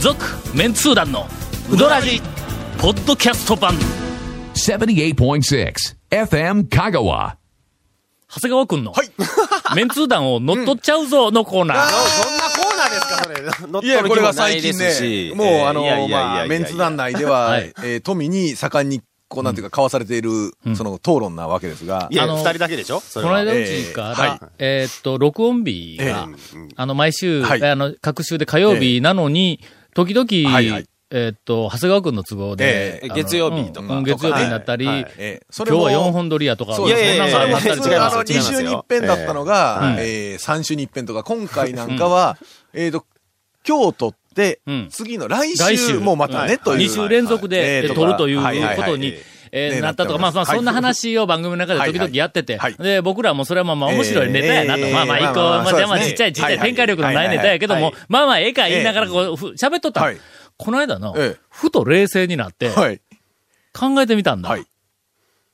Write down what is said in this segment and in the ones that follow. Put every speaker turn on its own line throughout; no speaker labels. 続メンツー団のウドラジポッドキャスト版
78.6 FM Kagawa.
長谷川くんの、 メンツー団を乗っ取っちゃうぞのコーナー、
そんなコーナーですか、それ。乗っ
い
取
や、
る
こ
気
れ
も
が
ない
最近
です
ね
し。、
もう、あの
いやいやいやいや
まあ、メンツ団内では、
はい
えー富に盛んに、こう、なんていうか、交わされている、その、討論なわけですが
い、や、
あの
二人だけでしょそれ
この
は。
間うちから、
ええはい
えーっと、録音日が、あの、毎週、
はい
あの、各週で火曜
え
日なのに、時々、
はいはい
えーっと、長谷川くんの都合で
え、
あ
え
の
月曜日とか
うんうん月曜日になったり、
はいはい
えーそ
今
れ
日
も
は4本撮りやとか、そ
そうんです
な
ね
んが
いやいやいや
あったりと
それあ
違い
か
の、
ますよ
2週に一遍だったのが、
え
えー3週に一遍とか、今回なんかは、えっと、今日撮って
うん、
次の来
来週
週もまたね、という。
2週連続で、
えー
え撮るという
はいはいはい
ことに、えー
ね
なったとか、ま
な
あ
ってます
まあ、
はい
そんな話を番組の中で時々やってて、
はいはい
で、僕らもそれはまあまあ面白いネタやなと、
えー
まあまあ、
えー
一個、
まあまあ
まあ、
そう
で
です
も
ね
ちっちゃいちっちゃ
はいいはい
展開力のないネタやけども、
はいはい
まあまあ、ええか言いながらこう、ふ喋っとったの、
はい
この間の、
ええ
ふと冷静になって、
はい。
考えてみたんだ。
はい。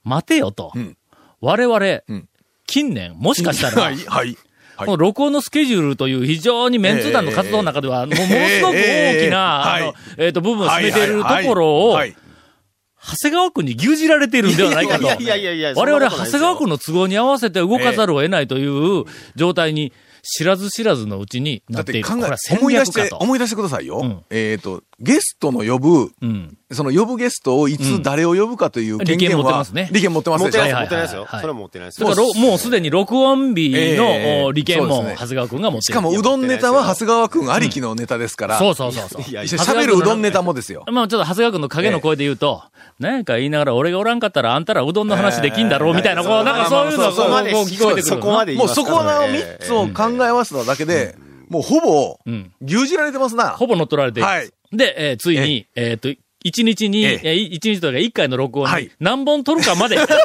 待てよと。
うん
我々、
うん
近年、もしかしたら、
はい、はい。はい
この録音のスケジュールという非常にメンツー団の活動の中では、もうものすごく大きな、
ええええ
あの
はい
えっ、と、部分を占めていると
はいはいはい
ころを
は、い
長谷川君に牛耳られているんではないかと。
いやいやいやいや
我々、長
そんなことないです
谷
よ
川君の都合に合わせて動かざるを得ないという状態に、知らず知らずのうちにな
だ
っ
ってて
いる。
考
これは
え、
戦
思い出
略
し
か
て、
と。
思い出してくださいよ。
うん
えっ、と、ゲストの呼ぶ、
うん。
その呼ぶゲストをいつ誰を呼ぶかという
利
権限
権持って
は、
ますね
利権持ってます
持っ
で
て
しょ
な
はい
いです、持ってないですよ。
はい
それは持ってないです
それ
よ。
からろ、もうすでに録音日
ええ
のお利権も、
そうです
長
ね
谷川君が持ってい
し
る。
かもうどんネタは長谷川くんありきのネタですから、
そうそうそうそう。
いやいや
喋るうどんネタもですよ。
まあちょっと長谷川君の影の声で言うと、なんか言いながら俺がおらんかったらあんたらうどんの話できんだろうみたいな、
ええ
こう、なんかそういうのが
そ
こ
う
う
まあ
こう聞こえてくる
そこまで言い
もう
ます
そ
か
こ
ら
の
ね
3つを考え合わせただけで、もうほぼ
ん、
牛耳られてますな。
ほぼ乗っ取られている
はい
で、えーついに、えーっと、一日に、
え
えー一日というか一回の録音
は
に
い
何本取るかま で、
いやいや、違い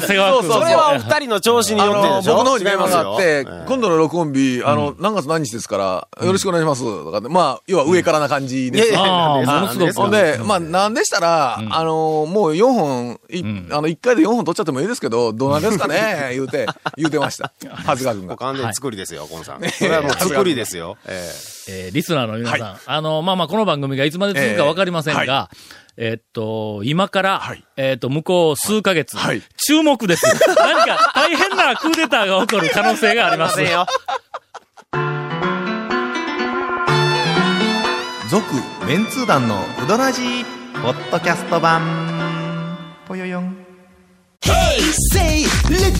長
す。
谷川君
そうそ
そ
う
れはお二人の調子に
あ
よって
の、
で
僕
しょ
の方に電話があって、今
度、
度の録音日、あの、何月何日ですから、よろしくお願いします、とかって、まあ、要は上からな感じ
い
で
や
す
いや、
よ。
あー
なんで
もの
です
ご
ほ
く
んで、まあ、なんでしたら、あの、もう4本、いあの、1回で4本取っちゃってもいいですけど、どうなんですかね、言うて、言うてました。はずが君
も
が。
う完全に作りですよ、ゴンさん。それはもう作りですよ。え
えーリスナーの皆さん、あの、まあまあこの番組がいつまで続くかわかりませんが、え
えーは
っと、今から、
はい
えっと、向こう数ヶ月、
はいはい
注目 です。何か大変なクーデターが起こる可能性があります。
え。よ。
続、メンツー団のうどらじ
ポッドキャスト版ぽよよん
Say little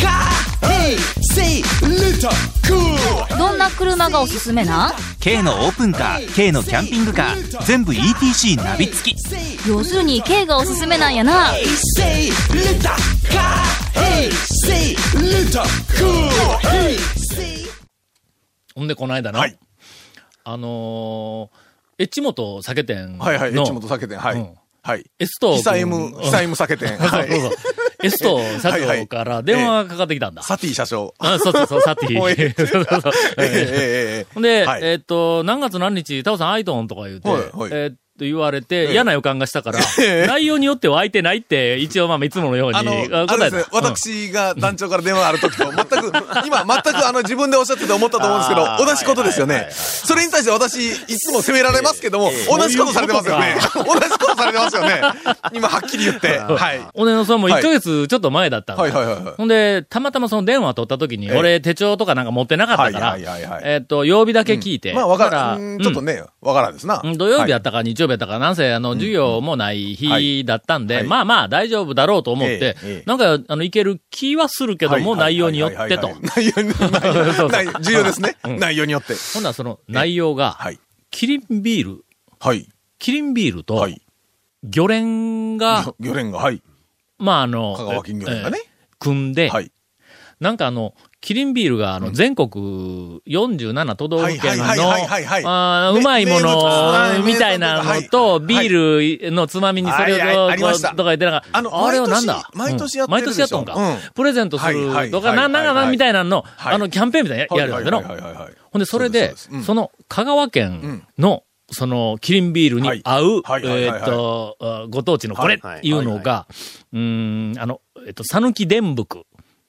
car. Hey, say little cool.
どんな車がおすすめなん
K のオープンカー K のキャンピングカー全部 ETC ナビ付き
Say,
要するに K がおすすめなんやな
say little car. Hey, say little cool. Hey, say.
ほんで、この間の、
はい
あのー、エッチモト酒店の、
はいはい、越本酒店、は
う
い
ん。
はい。
エスト、
久 M、
うん
久 M 酒店。
そ
は
うそう
い。
そう。エスト社長から電話がかかってきたんだ。
サティ社長。
あそうそうそう、サ ティ。
もうええ
そうそうそう
えええええ
ほん で、
はい
えっと、何月何日、タオさんアイトンとか言うて、
はいはい
えっと、言われて、嫌な予感がした から、内容によっては空いてないって、一応まあ、いつものように、
あの、あれですね、私が団長から電話ある時と、全く、今、全くあの、自分でおっしゃってて思ったと思うんですけど
あ、ー
同じことですよ
は
ね
いはい。はい
それに対して私、いつも責められますけども、
え
同じことされてますよね。同じことされてますよね。今、はっきり言って。はい。
おねのさんも1ヶ月ちょっと前だったんだ
はいはいはいはい
ほんで、たまたまその電話取った時に、
え
俺手帳とかなんか持ってなかったから、
はいはいはいはい
えっと、曜日だけ聞いて。
まあ、わから
だ
んうん。ちょっとね、わからんですな。
うん土曜日や
は
っ
い
たか日曜日やったか、なんせ、あの、授業もない日だったんで、
はい
まあまあ大丈夫だろうと思って
ええええ、
なんか、あの、いける気はするけども、内容によってと。
内容によって
そうそう。
内容重要ですね。
うん
内容によって。
ほんならその内容が、
はい。
キリンビール、
はい。
キリンビールと
は、い。
魚連が、
魚連が、はい。
まああの、
香川金魚連がね
えー組んで、
はい。
なんかあの、キリンビールが、あの、全国47都道府県の、
はいはいはいはいはい
あー
ね
うまいも
名物は
の
い、
みたいな
名
の
物
と、
はい
ビールのつまみにそれを、
はいはいあり
こう
ま
と
した
か言ってなんか、
あの
れはなんだ
毎年
うん毎
毎
年
年
や
や
っ
っ
とん
てるでしょ
か
う。ん
プレゼントす
はい
るとか、
はい
な、
はい
なんか
は
ないみたいなの、
はい
あの、キャンペーンみたいなのやるわけの
はい。はいはいはいはい
ほんで、それで
そうですそうで、す
その、香川県の、その、キリンビールに合う、
はいはいはいはい
え
はい
っと、あご当地のこれっていうのが、うーん、あの、えっと、さぬき伝福。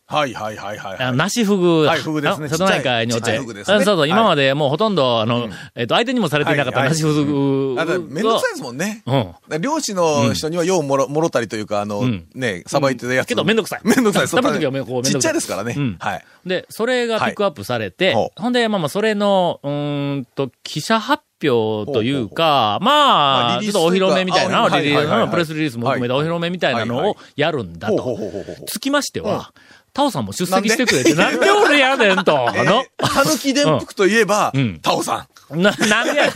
はいはいはいはい
あ
は
の
い。
梨フグ。
はいフグですね
あ瀬戸内海におっ
ちっち
て。
ゃい
あ
フ
そ
グ
う
ですね
そう、
はい
今までもうほとんど、あの、えっと、相手にもされていなかった
はいはい
梨フグ。
あと、めんどくさいですもんね。
うん。
漁師の人にはようもろ、もろたりというか、あの
ん、
ね、さばいてるやつ。
けどめんどくさい
めんどくさい。そう
食べる時はめこうめんどくさい
ちっちゃいですからね
うん。
はい。
で、それがピックアップされて、
はいほ
ほんで、まあまあ、それの、うーんと、記者発表というか、まあ、
まあ
ちょっ
リリース
とお披露目みたいな、
あはい
リリース
はいはいはい
うんプレスリリースも含めたお披露目みたいな
はい
の
は
をやるんだ
ほう
と
ほうほうほうほ。う
つきましては、タオさんも出席してくれて、なんで俺やねんと、あ の、
たぬき伝服といえば
うん、
タオさ
な、なんでやねん。
ん。え、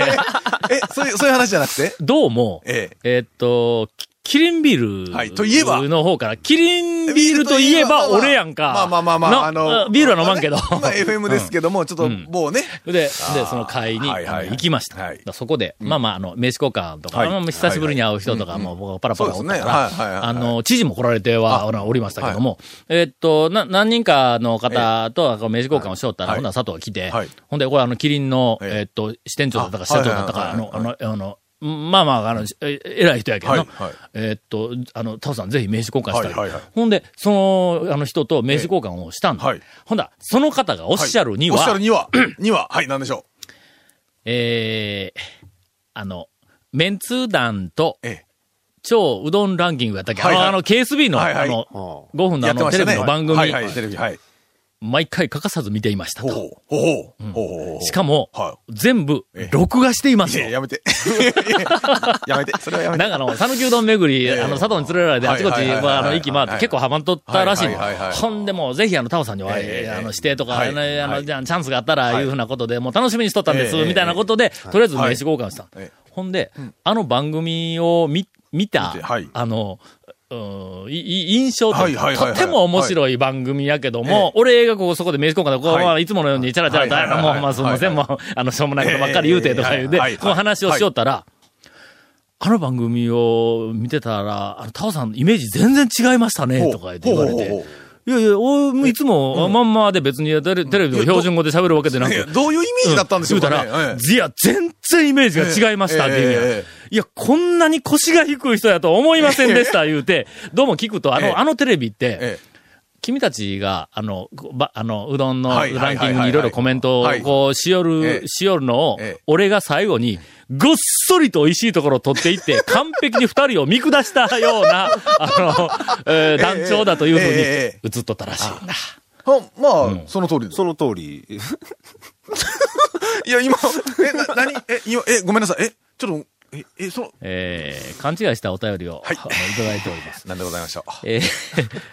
そういう、そういう話じゃなくて
どうも、
え
えーっと、キキリンビール。
はいといえば
の方から、キリン ビールといえ
まあ
ば
まあ
俺やんか。
まあまあまあまあ、
な
あの。
ビールは飲まんけど。
まあねまあ FM ですけども、ちょっと、
ん
もうね。
で、で、その会に
はいはいは
あ
い
の行きました。
はい
そこで、まあまあ、あの、名刺交換とか、
はい
まあ久しぶりに会う人とか、も僕はパラパラおったから、
そうですねはいはいはい
あの、知事も来られては、あのおりましたけども、えーっと、な、何人かの方と、こう名刺交換をしよったら、
はい
ほんなら佐藤が来て、
はい
ほんで、これあの、キリンの、
ええ
えーっと、支店長だったか、支社長だったか、
あ
あ
はいは
の、
い
あの、あの、まあまあ、あの、え偉い人やけどな、
はいはい
えーっと、あの、タオさんぜひ名刺交換したい。
はいはいはい
ほんで、その、あの人と名刺交換をしたんだ。
ええはい
ほんだら、その方がおっしゃるには、
おっしゃるには、 には、はい、なんでしょ
えー、あの、メンツー団と
う。ええ。
超うどんランキングやったっけ、
はいはい
あの、あの KSB の、
はいはい
あの、
はあ
5分のあ
やって
の、
まし
テレ
た
ビ
ね。
の番組、
はいはい、テレビ、はい。
毎回欠かさず見ていました
ほう
と。
ほう、ほうほう、ほうほうほう。
しかも、
は
全部
ええ、
録画しています
い
と
や。やめて。 やめて。それはやめて。
なんかあの、讃岐うどん巡り、
ええ
あの、佐藤に連れられて、あちこ
は
ち、
いはいはいはい
まああの、行き回って、
はい
結構ハマっとったらしいの
はいはいはいはい
ほんでもう、ぜひ、あの、タオさんには、
ええ
あの、指定とか、
はい
あの、
はい
あのじゃあ、チャンスがあったら、いうふうなことで、もう楽しみにしとったんです、
ええ
みたいなことで、とりあえず名
は
刺
い
交換したの、
ええ
ほんで、あの番組を見、見た、
見てはい
あの、うんいい印象というか
はいはいはいはい
とても面白い番組やけども、俺がここそこで名刺交換で、こう、
はい
まあ、いつものようにチャラチャラと、
はいはいはいはい
あのもう、まあ、すみません、
はいは
もう、あの、しょうもないことばっかり言うて、とか言うて、
ええはいはい
この話をしよったら、あの番組を見てたら、あの、タオさん、イメージ全然違いましたね、とか言って言われ
ほうほうほう
て。いやいや、おいつも、まんまで別にテレテレビの標準語で喋るわけでなく
いや。どういうイメージだったんでしょうかね
言うたら、
え
いや、全然イメージが違いましたっていう意味や
えええええ
いや、こんなに腰が低い人やと思いませんで した、言うて、どうも聞くと、あ
ええ
の、あのテレビっ
え
て、君たちが、あの、こば、あの、うどんのラ
は
ン
い
キ
はいはいはい
ングにいろいろコメントを
はい、
こう、しよ
え
る、
え
しよるのを
ええ、
俺が最後に、ごっそりと美味しいところを取っていって、完璧に二人を見下したよう な、あの、えー団長だというふ
えええ
う
え
に、映っとったらしい。
ほんまあ、その通りです。
その通り。
いや、今、え、な、なに、 え、今、え、ごめんなさい。え、ちょっと、え、え、その、
えー勘違いしたお便りを、あのいただいております。
なんでございました。
えー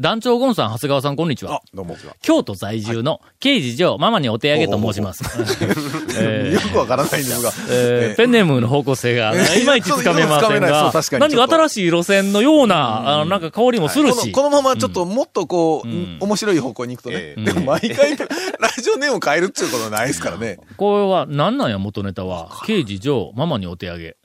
団長ゴンさん、長谷川さん、こんにちは
あ。、どうも。
京都在住の刑事上ママにお手上げと申します。 え
よくわからないんですが。
ーえーペンネームの方向性が、
えー
いまいちつかめません
そ
が
う確か、に
何
ちょ
か
っと
新しい路線のような、あの、なんか香りもするし
こ。のこのままちょっともっとこう、面白い方向に行くとね。
ええ
でも毎回、ラジオネームを変えるっていうことはないですからね。
これは、何なんや、元ネタは。刑事上ママにお手上げ。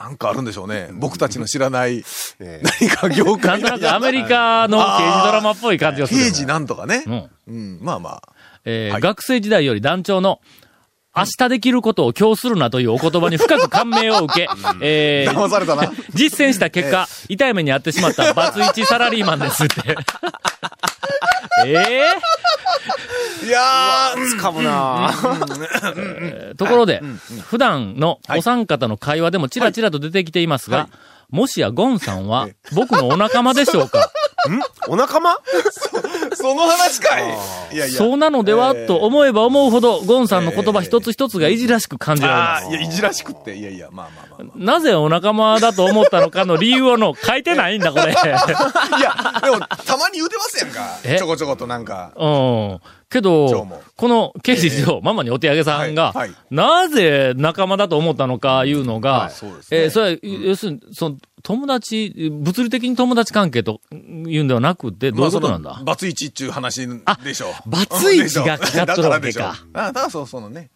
なんかあるんでしょうね。僕たちの知らない、
え
何か業
な
界
んとなくアメリカの刑事ドラマっぽい感じがする。
刑事なんとかね
う。ん。
うん、まあまあ。
えー
はい
学生時代より団長の、明日できることを今日するなというお言葉に深く感銘を受け、えー
騙され たな。
実践した結果、痛い目に遭ってしまったバツイチサラリーマンですっ て。え
いやー、
つかむなぁ
えところで、普段のお三方の会話でもチラチラと出てきていますが、もしやゴンさんは僕のお仲間でしょうか
お仲間
その話かい いやいや。
そうなのでは、
えー
と思えば思うほど、ゴンさんの言葉一つ一つがいじらしく感じられます
あ。あ、いや、いじらしくって。いやいや、まあまあまあま
なぜお仲間だと思ったのかの理由をの書いてないんだ、これ。
あ。いや、でも、たまに言うてますやんか。
え
ちょこちょことなんか。
うん。け
どう
ど
も、
この刑事上、ママにお手上げさんが、
はいはい
なぜ仲間だと思ったのかいうのが、
そうですね
えーそれは、要するに、その、友達、物理的に友達関係というんではなくて、どういうことなんだ、
まあそのバツイチっていう話でしょう。
バツイチがかかっとるわけか
でしょだからでしょあだからそうそうのね。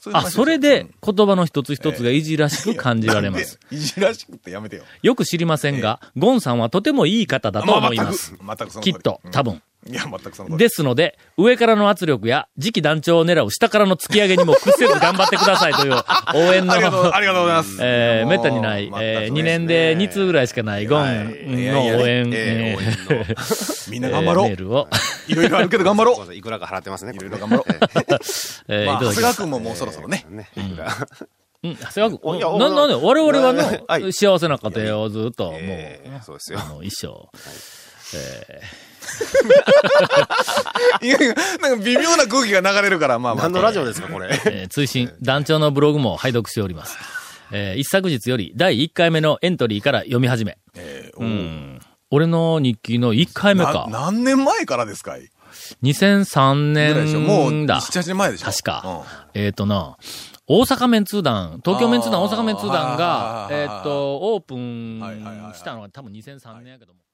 そ
あ、それで言葉の一つ一つがいじらしく感じられます。。
いじらしくってやめてよ。
よく知りませんが、ゴンさんはとてもいい方だと思い
全
ま
く、
す。
全くその通
き
り
っと、多分。
いや、全くその通り。
ですので、上からの圧力や次期団長を狙う下からの突き上げにも屈せず頑張ってくださいという応援の
ありが とう、ありがとうございます。
えー、
もう
めったにない、
全く
えー、
ね
2年で2通ぐらいしかないゴンの応
はいいやいや
援、
え
え
ー
ー
応 援のみんな頑張
え
ろ
ーメー
う。
ルを、
いろいろあるけど頑張ろ
そう
う。
そういくらか払ってますね。いろいろ
頑張ろう。
えー
まあ、
いた
長
だ
谷
きま
川
す。
くんももうそろそろね。
ね。いくら。
うん、長谷
おいや
川くん。
お
な、なんで、我々は
なは
の、
い
幸せな家庭をずっと、もう、
えーそうですよ
あ。の、一生。
いやいや、なんか微妙な空気が流れるから、まあまあ
何。のラジオですか、これ。
えー追伸、団長のブログも拝読しております。えー一昨日より第1回目のエントリーから読み始め。うん俺の日記の1回目
な
か。
何年前からですかい
2003
ぐらいでしょもう、
年
7、
だ。
8年前でしょ
確か。えっ、とな、大阪メンツー団、東京メンツー団、
あ
大
ー
阪メンツー団が、
はいはい
えっ、
はいはい
と、オープ
はいはいはいは
ン
い
したのが多分2003年やけども。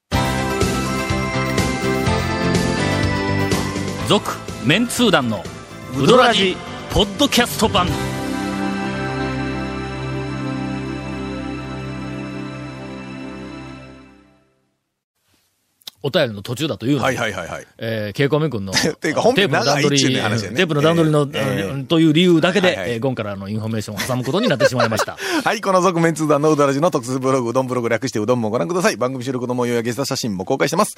続、メンツー団の、ウドラジ、ポッドキャスト版。お便りの途中だというの
うん
に
はいはいはいはい。
えー、ケイコミ君の、
ていうか本編
テープの段取り、
長いっちゅうね話やね
テープの段取りの、
えーえー
うんという理由だけで、
はいはい
えーゴンからのインフォメーションを挟むことになってしまいま した。
はい、この続面通談のうどらじの特設ブログ、うどんブログ略してうどんもご覧ください。番組収録の模様やゲスト写真も公開してます。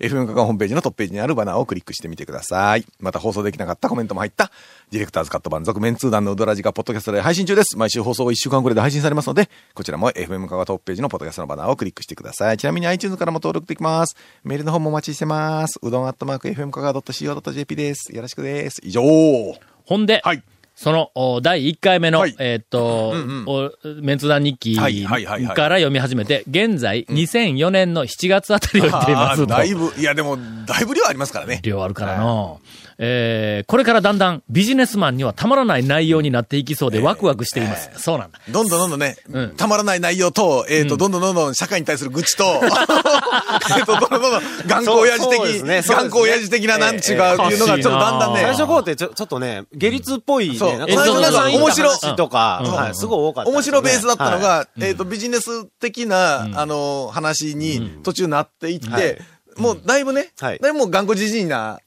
FM カカホームページのトップページにあるバナーをクリックしてみてください。また放送できなかったコメントも入った、ディレクターズカット版続面通談のうどらじがポッドキャストで配信中です。毎週放送1週間くらいで配信されますので、こちらも FM カカトップページのポッドキャストのバナーをクリックしてください。ちなみに iTunes からも登録できます。メールの方もお待ちしてます。うどんアットマーク FM カカ .co.jp です。よろしくです。以上。
ほんで、
はい
その、お第1回目の、
はい
えーっと、おメンツ団日記か
はいはいはいは
ら
い
読み始めて、現在、2004年の7月あたりを言っていま
あ
す
ー
と。
だいぶ、いやでも、だいぶ量ありますからね。
量あるからの、えーこれからだんだんビジネスマンにはたまらない内容になっていきそうでワクワクしています。そうなんだ。
どんどんどんどんね、
うん
たまらない内容と、えっ、と、どんどんどんどん社会に対する愚痴と、えっと、どんどんどんどん頑固親父的、
そうそうですねそうですね
頑固親父的ななんちゅうか、
え
え
いうのがちょっとだんだんね
ええ
最、初こうってちょ、ちょっとね、下律っぽいね。
そう
なん
え
か
そうそうそう
面白い話と
面白
か、
い
はい、すごい多かったで
面
すよね。
白ベースだったの
はい、
が、えっ、と、ビジネス的な、あの、話に途中なっていって、
はい
もうだいぶね、
はい
だいぶもう頑固じじいな、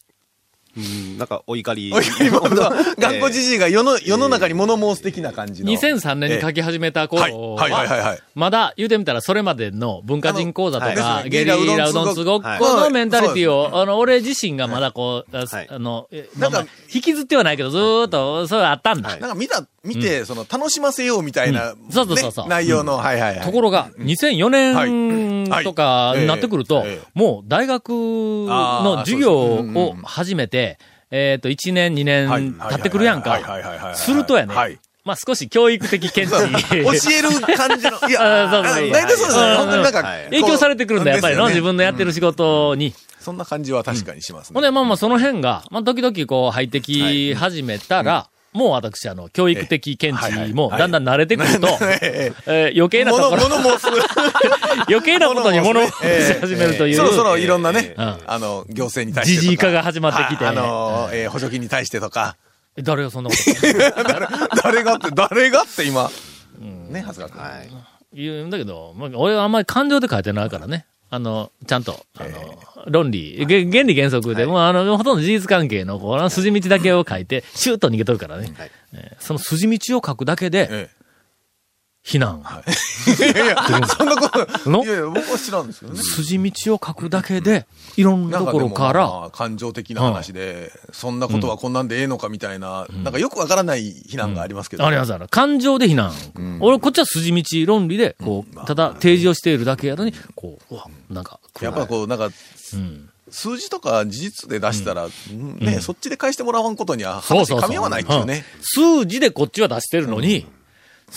うんなんかお怒り。
おい今 のは頑固じ
じ。
じいが世の、世の中に物申す的な感じの。
2003年に書き始めた
はい、
頃
はいはいはいはい。
まだ言うてみたらそれまでの文化人講座と
あ
か、
のはい
ゲリラうどんつごっこのメンタリティを、あの、俺自身がまだこう、あ
はい
あの、え
なんか
まあ引きずってはないけど、ずーっと、そういうのあったんだ。
はい
なんか見た、見て、その、楽しませようみたいな、
うんそうそうそうそう
ね内容の、はいはいはい。
ところが、2004
は
年
い
とか
はい
になってくると
ええええ、
もう大学の授業を始めて、えっと、1年、2
はい
年経ってくるやん
はいはいはいはいはいは
か。
い
するとや
は
ね
い、
まあ少し教育的見
そう教
地。
える感じの。いや、
あそうそう
大体そうです
う
ね。
ん
本当になんか、
はい
影響されてくるんだ、やっぱりの、自分のやって
る。
る仕事に。
そんな感じは確かにします
ほん
ね。
で、まあまあ、その辺が、まあ、時々こう、入ってき始めたら、もう私、あの、教育的見地も、だんだん慣れてく ると、
え
えー余計
え
なと
物、
ころ、
物もすぐ。
余計なことに物をし始めるとい、
そろそうろいろんなね、
うん
あの、行政に対してと
じ
か。
じい化が始まってきて、
あの、えー補助金に対してとか。
え誰がそんなこと
誰がって、誰がって今。ね、はずがくん。
はい。
言うんだけど、 まあ、俺はあんまり感情で書いてないからね。あの、ちゃんと、あの、論理、げ原理原則で、もうあの、ほとんど事実関係の、こうあの、筋道だけを書いて、シューッと逃げとるからね。
はい
えーその筋道を書くだけで、
え
非難。
えいやいや、そんなこ と。
の
いやいや、僕は知らんですけどね。
筋道を書くだけで、いろんなところか
なんでもま
ら、
あ感情的な話で、そんなことはこんなんでええのかみたいな、なんかよくわからない非難がありますけど、
ありますある。感情で非難。俺、こっちは筋道論理で、こう、ただ提示をしているだけやのに、こう、うわ、なんか、
やっぱこう、なんか、
うん。
数字とか事実で出したら、うんね、そっちで返してもらわんことには
そう
話
そうそう。
噛み合わないっていうね。
うん数字でこっちは出してるのに、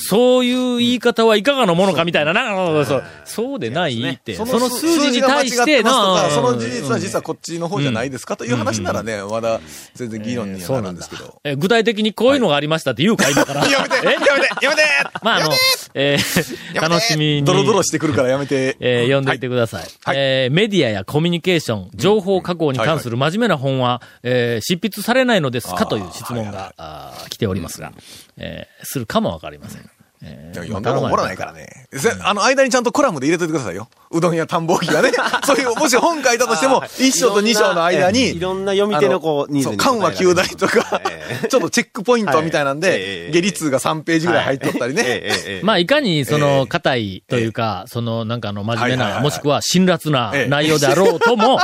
そういう言い方はいかがのものかみたいな、なんか、そう、そうでないって。その数字に対し
数
て
字が間違ってま
な、
すとかその事
うん
実は実はこっちの方じゃないですかという話ならね、まだ全然議論にはなるんですけど。
えー具体的にこういうのがありましたって言うか、今から。
やめてやめてやめて
まあ、あの、えー楽しみに。
ドロドロしてくるからやめて。
えー読んでいてください。
はい
えーメディアやコミュニケーション、情報加工に関する真面目な本は、えー執筆されないのですかという質問が、あー来ておりますが、えーするかもわかりません。え
いや呼んだら怒らないからね。せあの、間にちゃんとコラムで入れといてくださいよ。うどんや田んぼ置きがね。そういう、もし本書いたとしても、1章と2章の間に、
いろんな読み手のこう、ニーズ
そう、
に応えられ
緩
る。
和9大とか、ちょっとチェックポイントみたいなん
はいえ
で
え、
下痢通が3ページぐらい入っとったり
ええ
ね。
ええええ
まあ、いかに、そ
え
の、
え
硬いというか、その、なんかあの、真面目
はいはいはいは
な、
い
もしくは辛辣な
ええ
内容であろうと も、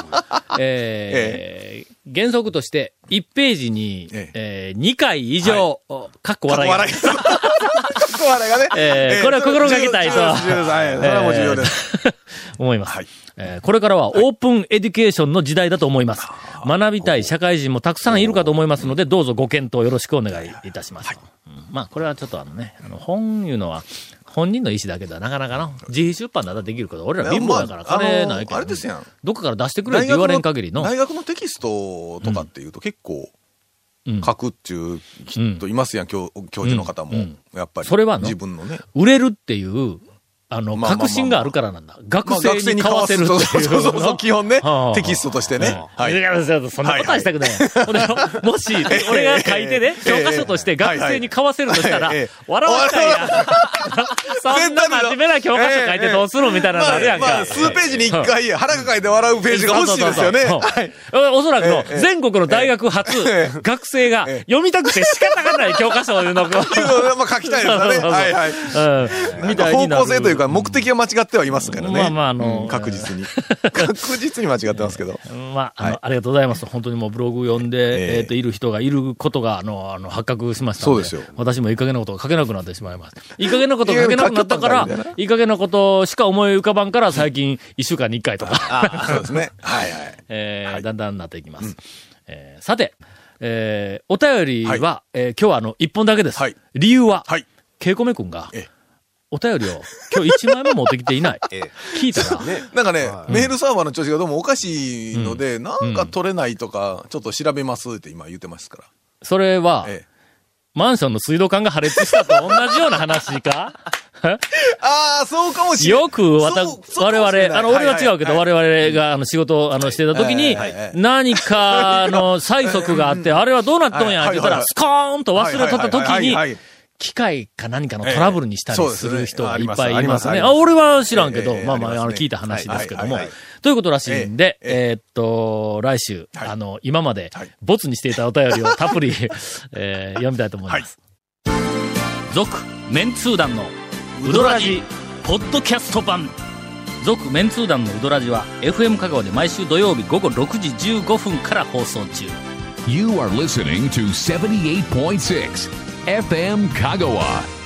えー原則として、1ページに、
え
えー2回以上、かっこ笑いが。
かっこ笑いがね。
ええこれは心がけたいと
重要です重要ですはいそれはもう重要です。
思います、
はい
えーこれからはオープンエデュケーションの時代だと思います。学びたい社会人もたくさんいるかと思いますので、どうぞご検討よろしくお願いいたします。うんまあ、これはちょっとあのね、あの本いうのは、本人の意思だけではなかなかの、自費出版ならできるけど、俺ら貧乏だから
いや
金
まあ
ないから、
あのあれですやん
どっかから出してくれって言われん限りの、
大学のテキストとかっていうと結構、
うん
書くっていうきっといますやん、教教授の方も、
うん
やっぱり。
それはの
自分のね。
売れるっていう、あの、
まあまあまあまあ
確信があるからなんだ。
まあ
学生に買わせるっていうの。
そうそうそうそう、基本ね
はあ。
テキストとしてね。
はい。いやそうそんなことはしたくない。俺のも し、俺が書いてね、
え
教
え
科書として学生に買わせるとしたら
ええ、
笑わしたいな。そんな真面目な教科書書いてどうするみたいなのあるやんか。
まあ、数ページに1回腹抱えて笑うページが欲しいですよね。
そうそう
は
そう
い。
そうおそらくの
ええええ
全国の大学初、学生が読みたくて仕方がない教科書をいう のを、
っていうのをまあ書きたいですよね。はいはい。
うんみたい
方
になる
向性というか、目的は間違ってはいますからね。
まあまああの
うん確実に。確実に間違ってま すけど。
まあ、あの、
はい
ありがとうございます。本当にもうブログ読んで、
ええ
えっ、と、いる人がいることが、あの、あの発覚しました
そ
の
う
で。
ですよ
私もいい加減なことが書けなくなってしまいます。いい加減なことが書けなくなったか
いい加減なことが書けなくなった
ら
んだ、
いい加減なことしか思い浮かばんから、最近、一週間に一回 とか、
そうですね。はいはい。
えー
はい
だんだんなっていきます。えーさて、えーお便りは、
は
えー今日はあの、一本だけです。
はい
理由は、
はい。
ケイコメ君が
ええ、
お便りを今日一枚も持ってきてい ない。
ええ
聞いたら、
なんかね、メールサーバーの調子がどうもおかしいので、なんか取れないとか、ちょっと調べますって今言ってますか
それは
ら。、ええ
マンションの水道管が破裂したと同じような話か
ああ、そうかも しれない。
よくわた
そうそうかもし
我
れな
々、
い
あの、俺は違うけど、
はいはい
我々があの仕事をあのしてた時に
はいはいはい、
何かの催促があって、あれはどうなっとんやって言った
は
ら、
い
スコーンと忘れとった時
はいはいはい
に
はいはい、
機械か何かのトラブルにしたりする人がいっぱいいます
ええそうですねありますあ
ね。
ります
あ、俺は知らんけ
え
ど
ええ、え
まあま
あり
あ、
ます
あ
ね
の、聞いた話ですけども
はいはいはい。
ということらしいんで、
え
え
え
ーっと、来週、
はい
あの、今まで
はい、
ボツにしていたお便りをたっぷ り、えー読みたいと思います。続、メンツー団の、ウドラジ、ポッドキャスト版。続メンツー団のウドラジは FM 香川で毎週土曜日午後6時15分から放送中
You are listening to 78.6 FM Kagawa.